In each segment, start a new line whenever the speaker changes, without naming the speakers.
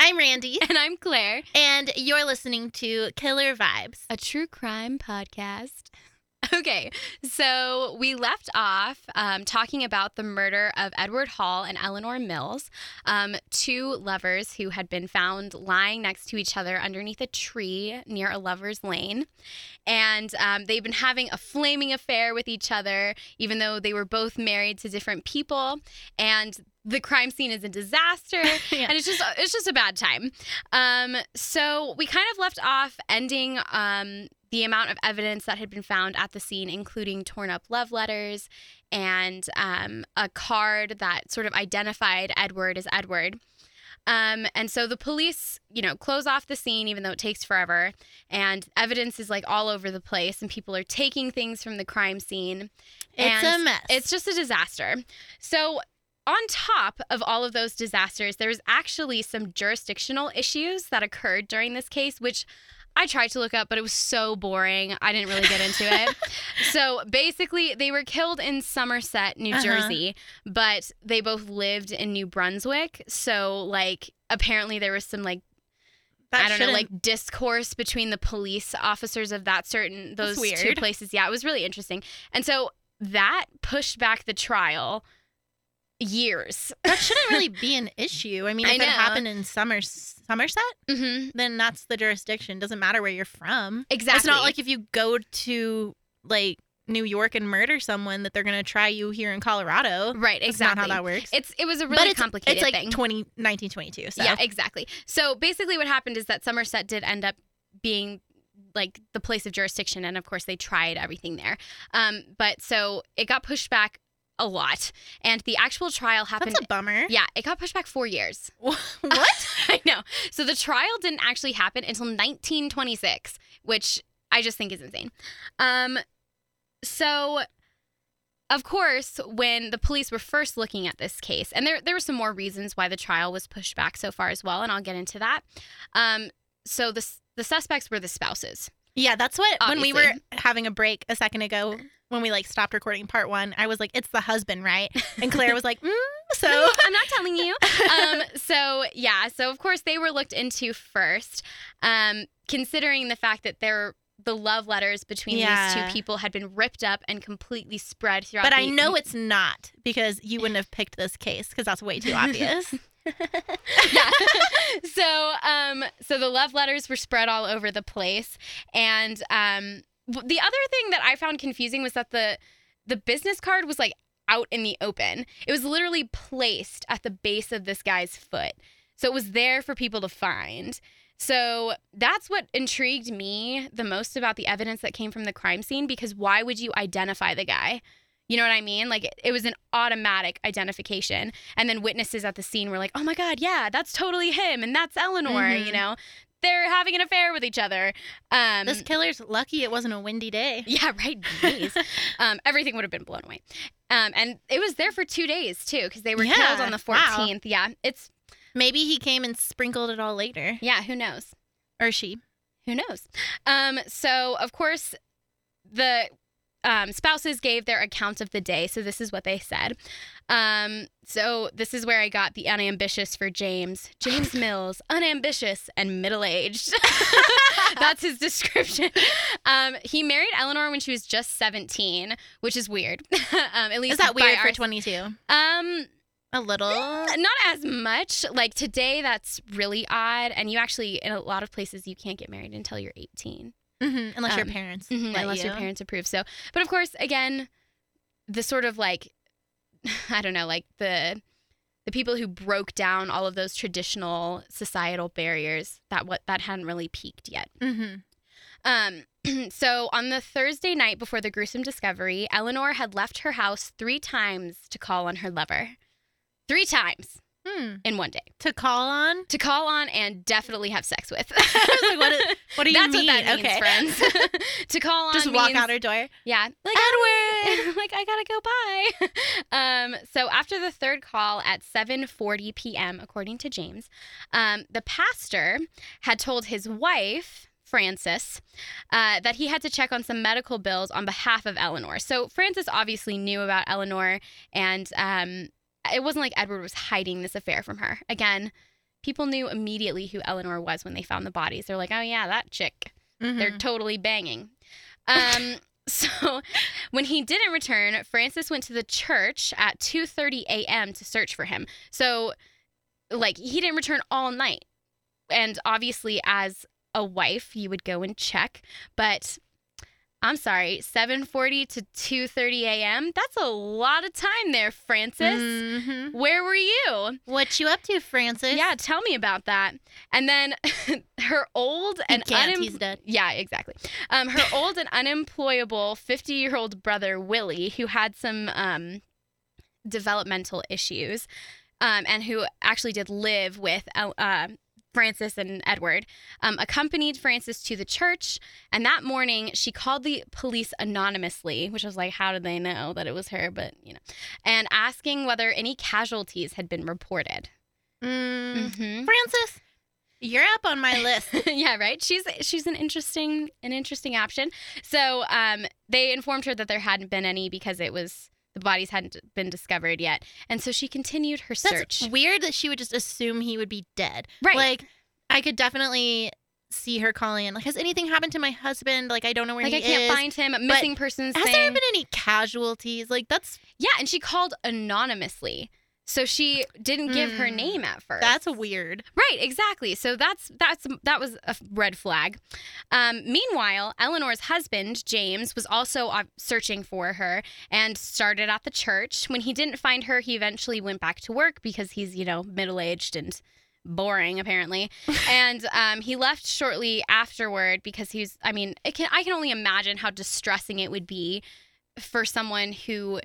I'm Randy,
And I'm Claire,
and you're listening to Killer Vibes.
a true crime podcast. Okay, so we left off um, talking about the murder of Edward Hall and Eleanor Mills, um, two lovers who had been found lying next to each other underneath a tree near a lover's lane. And um, they've been having a flaming affair with each other, even though they were both married to different people. And the crime scene is a disaster.
Yeah.
and it's just it's just a bad time. Um, so we kind of left off ending um, the amount of evidence that had been found at the scene, including torn up love letters and um, a card that sort of identified Edward as Edward. Um, and so the police, you know, close off the scene, even though it takes forever. And evidence is like all over the place, and people are taking things from the crime scene.
It's
And
a mess.
It's just a disaster. So, on top of all of those disasters, there was actually some jurisdictional issues that occurred during this case, which I tried to look up, but it was so boring. I didn't really get into it. so basically, they were killed in Somerset, New
Uh-huh.
Jersey, but they both lived in New Brunswick. So, like, apparently there was some, like,
That
I don't know,
shouldn't-
like discourse between the police officers of that certain
That's
those two
weird.
places. Yeah, it was really interesting. And so that pushed back the trial years.
that shouldn't really be an issue. I mean,
I
if
know.
it happened in Somers- Somerset,
hmm
then that's the jurisdiction. Doesn't matter where you're from.
Exactly.
Mm-hmm. It's not like if you go to like New York and murder someone that they're gonna try you here in Colorado.
right. Exactly.
That's not how that works.
It's it was a
But
really
it's-
complicated
It's like
thing.
20, 1922. So
Yeah, exactly. So basically, what happened is that Somerset did end up being like the place of jurisdiction, and of course, they tried everything there. Um, but so it got pushed back a lot, and the actual trial happened.
that's a bummer.
yeah, it got pushed back four years.
what?
I know. So the trial didn't actually happen until 1926, which I just think is insane. Um, so, of course, when the police were first looking at this case, and there there were some more reasons why the trial was pushed back so far as well, and I'll get into that. Um, so the s- the suspects were the spouses.
Yeah, that's what when we were
Obviously.
having a break a second ago when we like stopped recording part one. I was like, "It's the husband, right?" And Claire was like, mm, "So."
I'm not telling you. um, so yeah, so of course they were looked into first, um, considering the fact that their the love letters between these
Yeah.
two people had been ripped up and completely spread throughout.
But
the,
I know it's not because you wouldn't have picked this case because that's way too obvious.
yeah. so um, so the love letters were spread all over the place, and um, w- the other thing that I found confusing was that the the business card was like out in the open. It was literally placed at the base of this guy's foot. So it was there for people to find. So that's what intrigued me the most about the evidence that came from the crime scene because why would you identify the guy? You know what I mean? Like it- it was an automatic identification. And then witnesses at the scene were like, oh my God, yeah, that's totally him. And that's Eleanor,
Mhm.
you know? They're having an affair with each other. Um,
this killer's lucky it wasn't a windy day.
yeah, right. Jeez. um, everything would have been blown away. Um, and it was there for two days too, because they were
Yeah,
killed on the
wow.
14th. Yeah, it's
Maybe he came and sprinkled it all later,
yeah. Who knows?
or she.
Who knows? Um, so of course, the um, spouses gave their account of the day. So this is what they said. Um, so this is where I got the unambitious for James. James Mills, unambitious and middle aged. That's his description. Um, he married Eleanor when she was just 17, which is weird. um, at least
Is that
by
weird
our-
for 22?
Um,
A little.
not as much. Like today, that's really odd. And you actually, in a lot of places, you can't get married until you're 18,
hmm Unless your
Um,
parents.
Mhm,
let
unless your
you.
parents approve. So, but of course, again, the sort of like, I don't know, like the the people who broke down all of those traditional societal barriers that what that hadn't really peaked yet.
Mhm.
Um, so on the Thursday night before the gruesome discovery, Eleanor had left her house three times to call on her lover. Three times
Hmm.
in one day
To call on?
to call on and definitely have sex with.
I was like, what, is, what do you
That's
mean?
what that means,
okay.
friends. to call on
Just walk
means-
out her door.
Yeah, like Edward. Um, like I gotta go. Bye. um, so after the third call at 7:40 p.m., according to James, um, the pastor had told his wife. Francis, uh, that he had to check on some medical bills on behalf of Eleanor. So Francis obviously knew about Eleanor, and um, it wasn't like Edward was hiding this affair from her. Again, people knew immediately who Eleanor was when they found the bodies. They're like, oh, yeah, that chick. They're
Mhm.
totally banging. Um, so when he didn't return, Francis went to the church at 2:30 a.m. to search for him. So like he didn't return all night. And obviously as a wife, you would go and check, but I'm sorry, 7:40 to 2:30 a.m. That's a lot of time there, Francis.
Mhm.
Where were you?
What you up to, Francis?
Yeah, tell me about that. And then her old
He
and
can't.
unem-
he's dead.
yeah, exactly. Um, her old and unemployable 50 year old brother, Willie, who had some um, developmental issues um, and who actually did live with uh, uh, Francis and Edward, um, accompanied Francis to the church. And that morning, she called the police anonymously, which was like, how did they know that it was her? But, you know, and asking whether any casualties had been reported.
Mm.
hmm
Francis, you're up on my list.
yeah, right. She's she's an interesting an interesting option. So um, they informed her that there hadn't been any because it was the bodies hadn't been discovered yet, and so she continued her
That's
search.
weird that she would just assume he would be dead.
right.
Like, I could definitely see her calling in. Like, has anything happened to my husband? Like, I don't know where
like
he
I can't
is.
find him. A missing persons
has
thing.
there been any casualties? Like, that's
yeah, and she called anonymously. So she didn't give her
Hmm.
name at first.
that's weird.
Right, exactly. So that's that's that was a red flag. Um, meanwhile, Eleanor's husband James was also uh, searching for her and started at the church. When he didn't find her, he eventually went back to work because he's you know middle aged and boring apparently. and um, he left shortly afterward because he was. I mean, it can I can only imagine how distressing it would be for someone who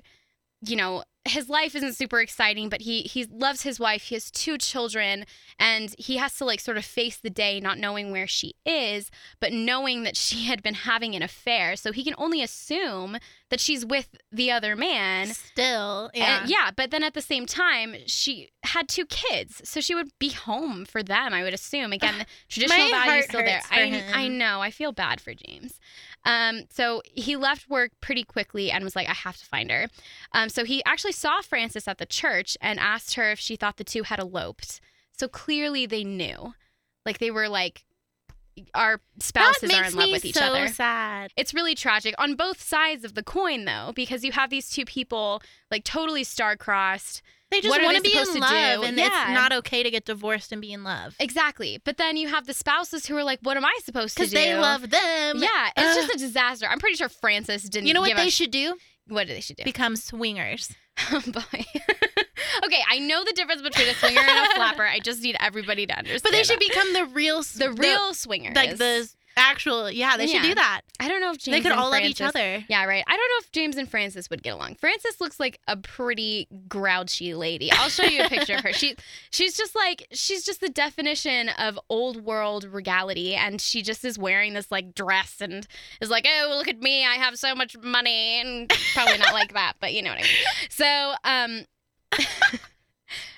you know his life isn't super exciting but he he loves his wife he has two children and he has to like sort of face the day not knowing where she is but knowing that she had been having an affair so he can only assume that she's with the other man
And still, yeah.
and- yeah, but then at the same time, she had two kids, so she would be home for them. I would assume. Again, the traditional
My
values
heart
still there.
hurts for
I
him.
I know. I feel bad for James. Um, so he left work pretty quickly and was like, I have to find her. Um, so he actually saw Frances at the church and asked her if she thought the two had eloped. So clearly they knew, like they were like, our
that
spouses
makes
are in love
me
with each
so
other
sad.
it's really tragic on both sides of the coin though because you have these two people like totally star-crossed
They just
What are
want
they
to be
supposed
in
to do?
love, and
Yeah.
it's not okay to get divorced and be in love
exactly but then you have the spouses who are like what am i supposed to do
because they love them.
yeah
Ugh.
it's just a disaster i'm pretty sure francis didn't
You know what
give
they
a
should do?
what do they should do
Become swingers.
oh boy okay i know the difference between a swinger and a flapper i just need everybody to understand
But they should
that.
become the real, s-
the real swingers
like the actual. Yeah, they should
Yeah.
do that.
i don't know if James
they could
and
all
francis
love each other.
Yeah, right. I don't know if James and Frances would get along. Frances looks like a pretty grouchy lady. I'll show you a picture of her. She she's just like she's just the definition of old world regality and she just is wearing this like dress and is like, "Oh, look at me. I have so much money." And probably not like that, but you know what I mean. So, um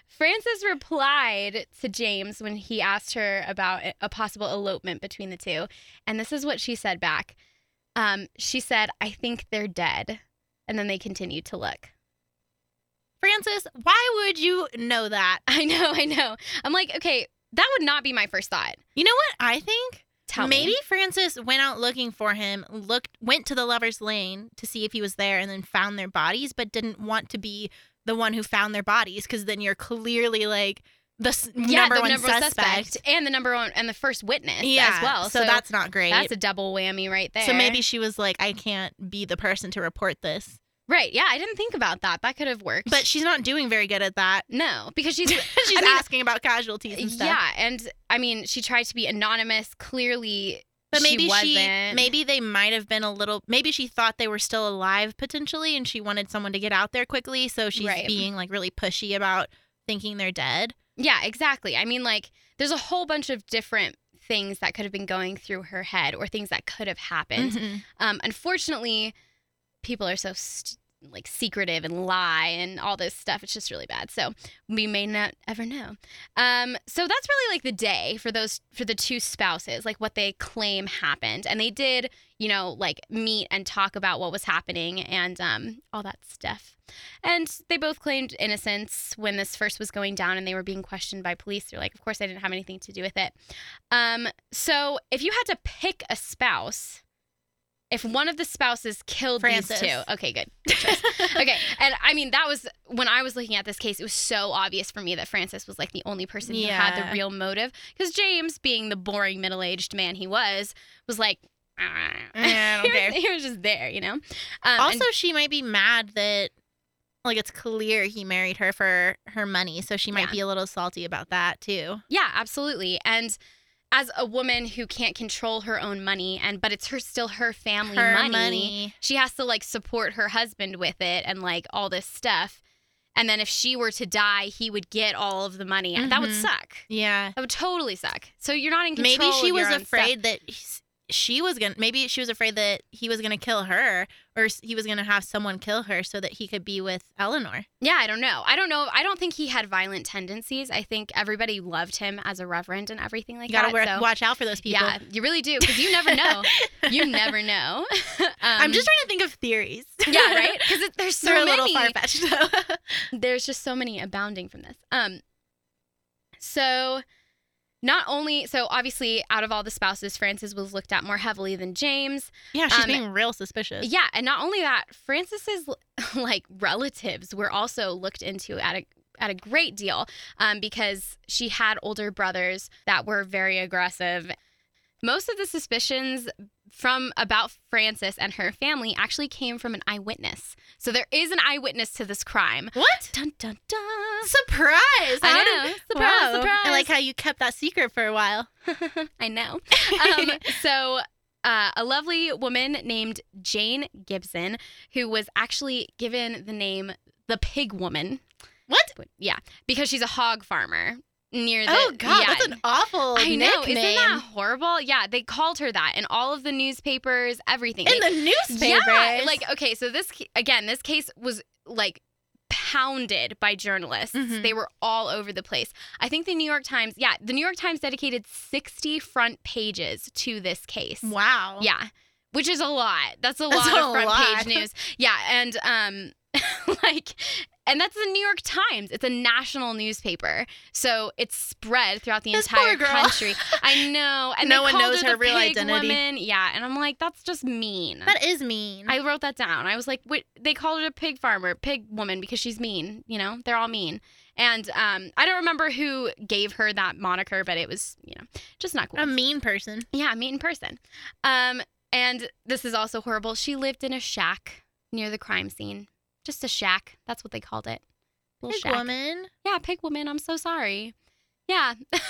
Frances replied to James when he asked her about a possible elopement between the two, and this is what she said back. Um, she said, I think they're dead. And then they continued to look.
Francis, why would you know that?
I know, I know. I'm like, okay, that would not be my first thought.
You know what I think?
Tell
Maybe
me.
Francis went out looking for him, looked went to the lovers lane to see if he was there and then found their bodies but didn't want to be the one who found their bodies cuz then you're clearly like the s-
Yeah,
number
the
one
number one
suspect.
suspect. and the number one and the first witness
Yeah.
as well.
So, that's not great.
that's a double whammy right there.
so maybe she was like I can't be the person to report this.
right. Yeah, I didn't think about that. That could have worked.
But she's not doing very good at that.
no, because she's
she's
I mean-
asking about casualties and stuff.
yeah, and I mean, she tried to be anonymous. Clearly,
But maybe she,
wasn't.
maybe they might have been a little maybe she thought they were still alive potentially and she wanted someone to get out there quickly so she's
Right.
being like really pushy about thinking they're dead.
Yeah, exactly. I mean, like, there's a whole bunch of different things that could have been going through her Mm-hmm. head or things that could have happened. Um, unfortunately, people are so st- like secretive and lie and all this stuff. It's just really bad. So we may not ever know. Um, so that's really like the day for those for the two spouses, like what they claim happened, and they did, you know, like meet and talk about what was happening and um, all that stuff. And they both claimed innocence when this first was going down, and they were being questioned by police. They're like, of course, I didn't have anything to do with it. Um, so if you had to pick a spouse. If one of the spouses killed
Francis.
these two, okay, good. Good choice okay. And I mean, that was when I was looking at this case, it was so obvious for me that Francis was like the only person who had
Yeah.
the real motive. Because James, being the boring middle aged man he was, was like, "Ah."
Yeah, I don't
he,
care.
was, he was just there, you know? Um,
Mm,
and-
also, she might be mad that, like, it's clear he married her for her money, so she might
Yeah.
be a little salty about that too.
yeah, absolutely. And as a woman who can't control her own money, and but it's her still her family
Her money.
she has to like support her husband with it and like all this stuff. And then if she were to die, he would get all of the money. That would
Mhm.
suck.
yeah.
That would totally suck. So you're not in control.
Maybe she
of your
was
own stuff.
afraid that he's- she was gonna. Maybe she was afraid that he was gonna kill her, or s- he was gonna have someone kill her so that he could be with Eleanor.
Yeah, I don't know. I don't know. I don't think he had violent tendencies. I think everybody loved him as a reverend and everything like
You gotta
that.
wear-
so,
watch out for those people.
yeah, you really do because you never know. you never know. Um,
I'm just trying to think of theories.
yeah, right? Because there's so
They're a
many.
little far fetched though.
there's just so many abounding from this. Um, so not only so obviously out of all the spouses, Francis was looked at more heavily than James.
yeah, she's
Um,
being real suspicious.
Yeah, and not only that, Francis's like relatives were also looked into at a at a great deal um, because she had older brothers that were very aggressive. Most of the suspicions from about Francis and her family actually came from an eyewitness. So there is an eyewitness to this crime.
What?
Dun dun dun.
Surprise! How
I
did-
know. surprise,
Wow.
surprise.
I like how you kept that secret for a while.
I know. Um, so, uh, a lovely woman named Jane Gibson, who was actually given the name the Pig Woman.
What?
Yeah, because she's a hog farmer near the.
oh God,
yeah.
that's an awful
I know.
nickname.
Isn't that horrible? Yeah, they called her that in all of the newspapers, everything.
In
They-
the newspaper.
yeah, like okay, so this again, this case was like pounded by journalists.
Mhm.
They were all over the place. I think the New York Times, yeah, the New York Times dedicated 60 front pages to this case.
wow.
Yeah. Which is a lot. That's a
That's
lot of
a
front
lot.
page news. Yeah, and um like and that's the New York Times. It's a national newspaper. So it's spread throughout the
This
entire
poor girl.
country. I know. And
No
they
one
called
knows
the
her real
pig
identity.
Woman. Yeah, and I'm like that's just mean.
That is mean.
I wrote that down. I was like, wait, they called her a pig farmer, pig woman, because she's mean. You know, they're all mean. And um, I don't remember who gave her that moniker, but it was, you know, just not cool.
a mean person.
yeah, meet in person. Um, and this is also horrible. She lived in a shack near the crime scene. Just a shack. That's what they called it. Little
Big
shack.
woman.
Yeah, pig woman. I'm so sorry. Yeah.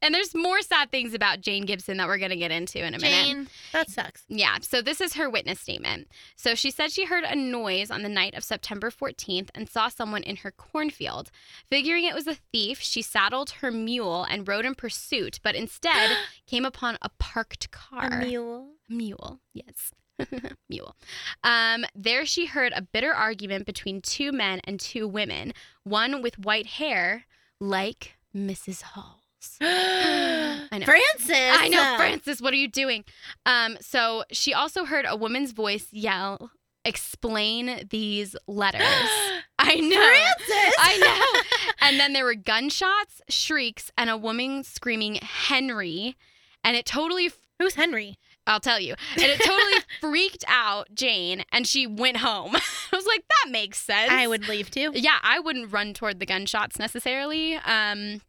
and there's more sad things about Jane Gibson that we're going to get into in a minute.
Jane. That sucks.
Yeah, so this is her witness statement. So she said she heard a noise on the night of September 14th and saw someone in her cornfield. Figuring it was a thief, she saddled her mule and rode in pursuit, but instead came upon a parked car.
A mule.
Mule, yes. Mule. Um, there she heard a bitter argument between two men and two women, one with white hair, like Mrs. Halls. know.
Francis.
I know, Francis, what are you doing? Um, so she also heard a woman's voice yell, explain these letters. I know.
Francis.
I know. and then there were gunshots, shrieks, and a woman screaming, Henry. And it totally,
Who's Henry?
I'll tell you, and it totally freaked out Jane and she went home. I was like, that makes sense.
I would leave too.
Yeah, I wouldn't run toward the gunshots necessarily. Um,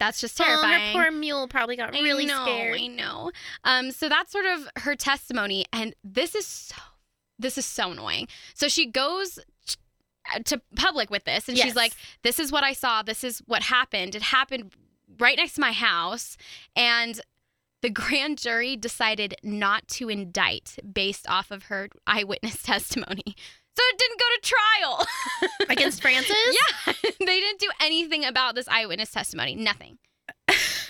that's just
Well,
terrifying.
her poor mule probably got really
I know,
scared.
I know. Um, so that's sort of her testimony, and this is so this is so annoying. So she goes t- uh, to public with this, and she's
Yes.
like, "This is what I saw. This is what happened. It happened right next to my house," and. The grand jury decided not to indict based off of her eyewitness testimony. So it didn't go to trial.
against Francis.
yeah. They didn't do anything about this eyewitness testimony. Nothing.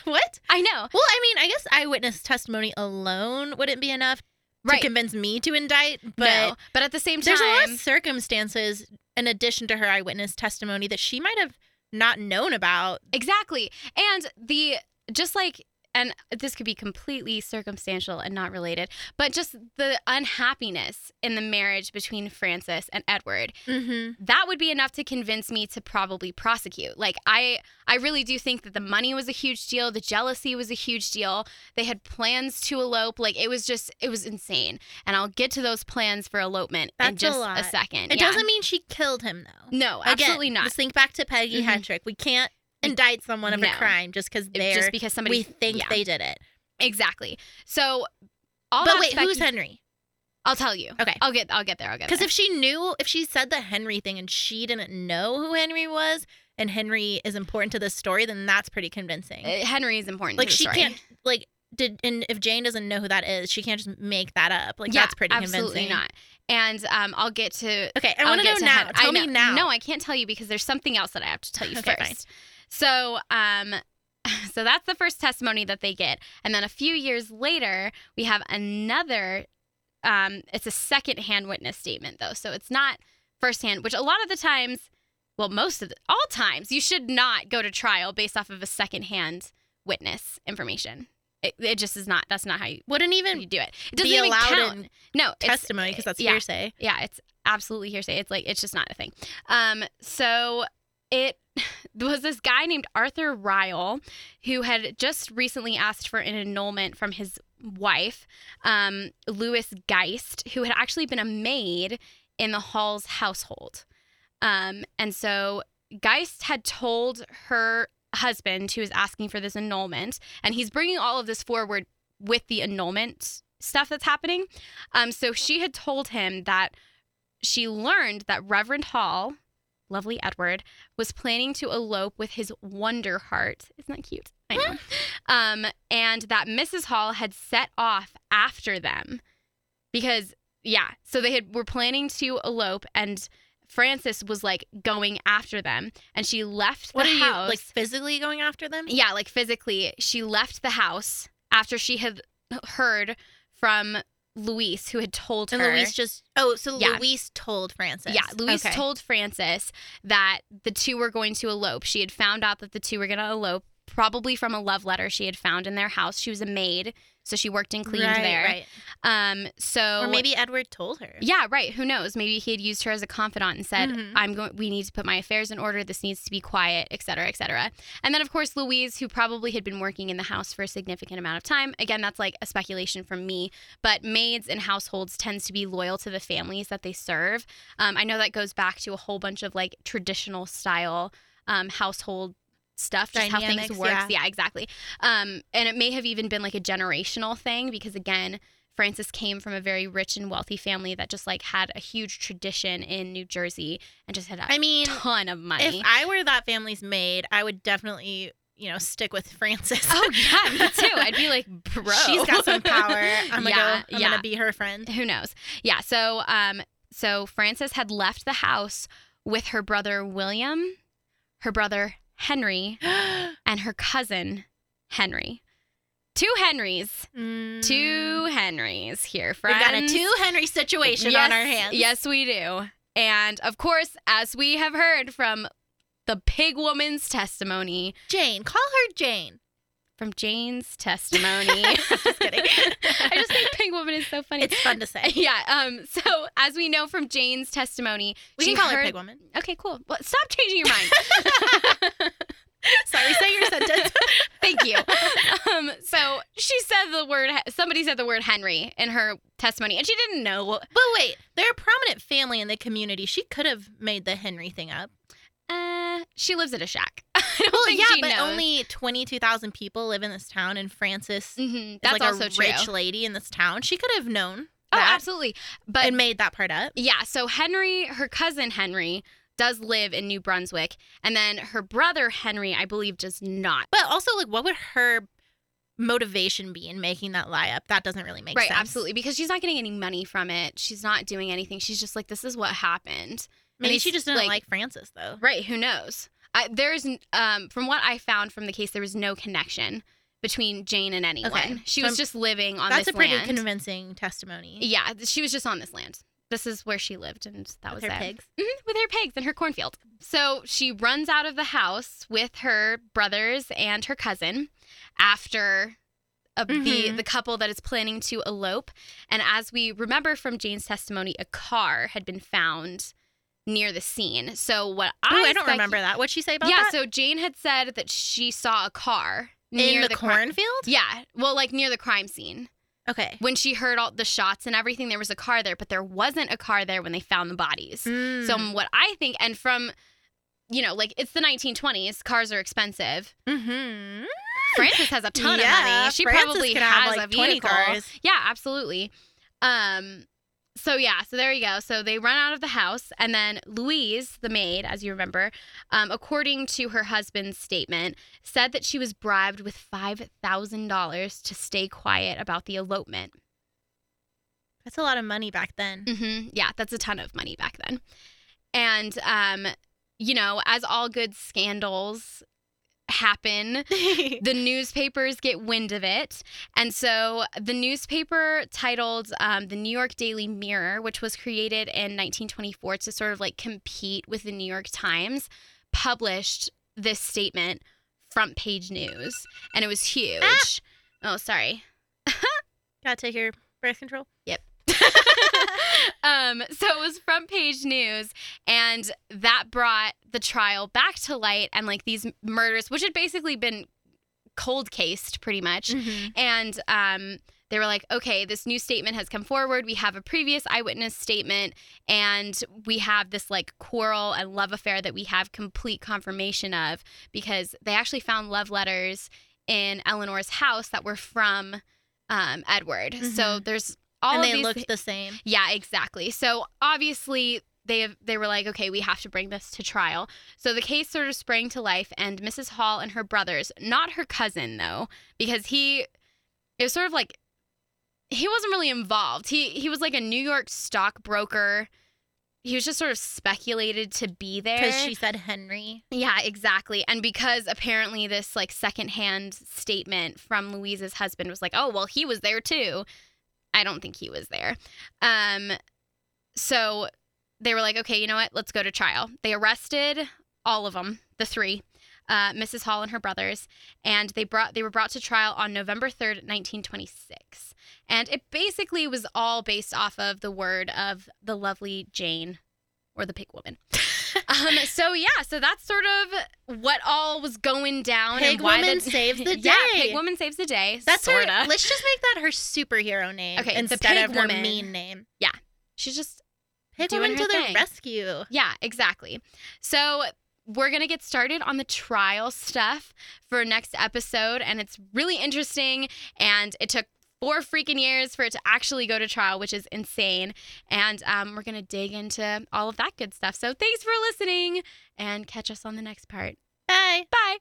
What?
I know.
Well, I mean, I guess eyewitness testimony alone wouldn't be enough
Right.
to convince me to indict, but
no, but at the same time,
there's a lot of circumstances in addition to her eyewitness testimony that she might have not known about.
Exactly. And the just like and this could be completely circumstantial and not related, but just the unhappiness in the marriage between Francis and Edward,
Mm-hmm.
that would be enough to convince me to probably prosecute. Like I I really do think that the money was a huge deal, the jealousy was a huge deal. They had plans to elope, like it was just it was insane. And I'll get to those plans for elopement in
That's a
just a,
lot.
second.
It
Yeah.
doesn't mean she killed him though.
No,
Again,
absolutely not.
Let's think back to Peggy
Mhm.
Hetrick. We can't indict someone of
No.
a crime just because
It-
they're
just because somebody
we think
yeah.
they did it.
Exactly. So all
but
that
wait, who's
specu-
Henry?
I'll tell you.
Okay.
I'll get I'll get there. I'll get
Oh, Because
there.
if she knew, if she said the Henry thing and she didn't know who Henry was, and Henry is important to this story, then that's pretty convincing.
Uh, Henry is important. to
like
the
she
story.
can't like did and if Jane doesn't know who that is, she can't just make that up. Like
yeah,
that's pretty
absolutely
convincing.
not. And um, I'll get to.
Okay, I
I'll
want to
get
know
to
now.
Hen- I
Tell
know-
me now.
No, I can't tell you because there's something else that I have to tell you
Okay, fine.
first. So um, so that's the first testimony that they get, and then a few years later we have another. Um, it's a second-hand witness statement though, so it's not firsthand. Which a lot of the times, well, most of the, all times, you should not go to trial based off of a second-hand witness information. It, it just is not. That's not how you
wouldn't
you
even
do it. It doesn't
be
even
allowed
count.
in
no it's-
testimony because that's
yeah,
hearsay.
Yeah, it's absolutely hearsay. It's like it's just not a thing. Um, so it there was this guy named Arthur Ryle who had just recently asked for an annulment from his wife, um, Louis Geist, who had actually been a maid in the Hall's household. Um, and so Geist had told her husband who is asking for this annulment, and he's bringing all of this forward with the annulment stuff that's happening. Um, so she had told him that she learned that Reverend Hall, lovely Edward, was planning to elope with his wonder heart. Isn't that cute? I know. um, and that Mrs. Hall had set off after them because, yeah, so they had were planning to elope and Francis was like going after them and she left the
What are you
house.
like physically going after them?
Yeah, like physically, she left the house after she had heard from Luis, who had told
And
her.
Louise just oh, so
Yeah.
Louise told Francis.
yeah, Luis
Okay.
told Francis that the two were going to elope. She had found out that the two were going to elope, probably from a love letter she had found in their house. She was a maid, so she worked and cleaned
Right,
there.
right.
Um, so
Or maybe Edward told her.
yeah, right. Who knows? Maybe he had used her as a confidant and said,
Mhm.
"I'm going. We need to put my affairs in order. This needs to be quiet, et cetera, et cetera." And then, of course, Louise, who probably had been working in the house for a significant amount of time. Again, that's like a speculation from me, but maids in households tends to be loyal to the families that they serve. Um, I know that goes back to a whole bunch of like traditional style um, household stuff, just how
Dynamics,
things works.
yeah.
yeah exactly. Um, and it may have even been like a generational thing because again. Francis came from a very rich and wealthy family that just like had a huge tradition in New Jersey and just had a
I mean,
ton of
if
money.
I were that family's maid, I would definitely you know stick with Francis.
oh yeah, me too. I'd be like, bro,
She's got some power. I'm gonna
Yeah,
go. I'm
yeah.
gonna be her friend.
Who knows? Yeah. So um, so Francis had left the house with her brother William, her brother Henry, and her cousin Henry. Two Henrys. Two Henrys here,
Mm. We've
friends.
got a two Henry situation on our hands.
Yes, we do. And of course, as we have heard from the pig woman's testimony,
Jane, call her Jane.
from Jane's testimony.
Just kidding.
I just think pig woman is so funny.
It's fun to say.
yeah. Um. So as we know from Jane's testimony,
We
she
can call her
heard-
Pig Woman.
Okay, cool. Well, stop changing your mind.
Sorry, say your sentence.
Thank you. Um, so she said the word. Somebody said the word Henry in her testimony, and she didn't know.
But wait, they're a prominent family in the community. She could have made the Henry thing up.
Uh, she lives at a shack. I don't
Well,
think
yeah,
she
but
knows.
only twenty-two thousand people live in this town, and Francis
Mhm,
is
That's
like
also
a
true.
rich lady in this town. She could have known
Oh,
that
absolutely. But
and made that part up.
yeah, so Henry, her cousin Henry, does live in New Brunswick, and then her brother Henry, I believe, does not.
But also, like, what would her motivation be in making that lie up? That doesn't really make
right,
sense.
absolutely, because she's not getting any money from it. She's not doing anything. She's just like, this is what happened.
Maybe
And
she
it's
just didn't
like-
like, Francis, though.
Right? Who knows? I, there's, n- um, from what I found from the case, there was no connection between Jane and anyone.
Okay.
She
So
was
I'm-
just living on
That's
this
a pretty
land.
convincing testimony.
yeah, th- she was just on this land. This is where she lived, and that
with
was
her
it.
pigs.
Mhm, with her pigs and her cornfield. So she runs out of the house with her brothers and her cousin after a, the
Mhm.
the couple that is planning to elope. And as we remember from Jane's testimony, a car had been found near the scene. So what
Ooh,
I
I don't
specu-
remember that. What'd she say about
yeah,
that?
so Jane had said that she saw a car
in
near
the,
cri-
cornfield?
yeah, well, like near the crime scene.
Okay.
When she heard all the shots and everything, there was a car there, but there wasn't a car there when they found the bodies. Hmm. So
Mm.
what I think, and from, you know, like it's the 1920s, cars are expensive.
Mhm.
Frances has a ton
yeah,
of money. She
Frances
probably
could
has
have like
a
20
vehicle.
cars.
Yeah, absolutely. Um, so yeah, so there you go. So they run out of the house, and then Louise, the maid, as you remember, um, according to her husband's statement, said that she was bribed with five thousand dollars to stay quiet about the elopement.
That's a lot of money back then.
hmm Yeah, that's a ton of money back then. And, um, you know, as all good scandals happen, the newspapers get wind of it. And so the newspaper titled um, the New York Daily Mirror, which was created in 1924 to sort of like compete with the New York Times, published this statement front page news. And it was huge. Oh, sorry.
Gotta take your birth control.
um, so it was front page news, and that brought the trial back to light, and like these murders, which had basically been cold cased pretty much,
Mm.
and um. They were like, okay, this new statement has come forward. We have a previous eyewitness statement, and we have this like quarrel and love affair that we have complete confirmation of because they actually found love letters in Eleanor's house that were from um, Edward. So there's
Mm-hmm.
all
and
of
they
these
looked the same.
yeah, exactly. So obviously they have, they were like, okay, we have to bring this to trial. So the case sort of sprang to life, and Mrs. Hall and her brothers, not her cousin though, because he it was sort of like he wasn't really involved. He he was like a New York stockbroker. He was just sort of speculated to be there.
Because she said Henry.
Yeah, exactly. And because apparently this like secondhand statement from Louise's husband was like, "Oh, well, he was there too." I don't think he was there. Um so they were like, "Okay, you know what? Let's go to trial." They arrested all of them, the three, uh, Mrs. Hall and her brothers, and they brought they were brought to trial on November 3rd, 1926. And it basically was all based off of the word of the lovely Jane or the pig woman. um, so yeah, so that's sort of what all was going down.
Pig
and why
woman
the,
saves the
Yeah,
day.
pig woman saves the day.
That's
sorta.
her. Let's just make that her superhero name
Okay, the
instead
pig
of her
woman.
mean name.
She's just
Pig
Doing
woman to
her
the
thing.
rescue.
Yeah, exactly. So we're going to get started on the trial stuff for next episode. And it's really interesting. And it took four freaking years for it to actually go to trial, which is insane. And um, we're going to dig into all of that good stuff. So thanks for listening and catch us on the next part.
Bye.
Bye.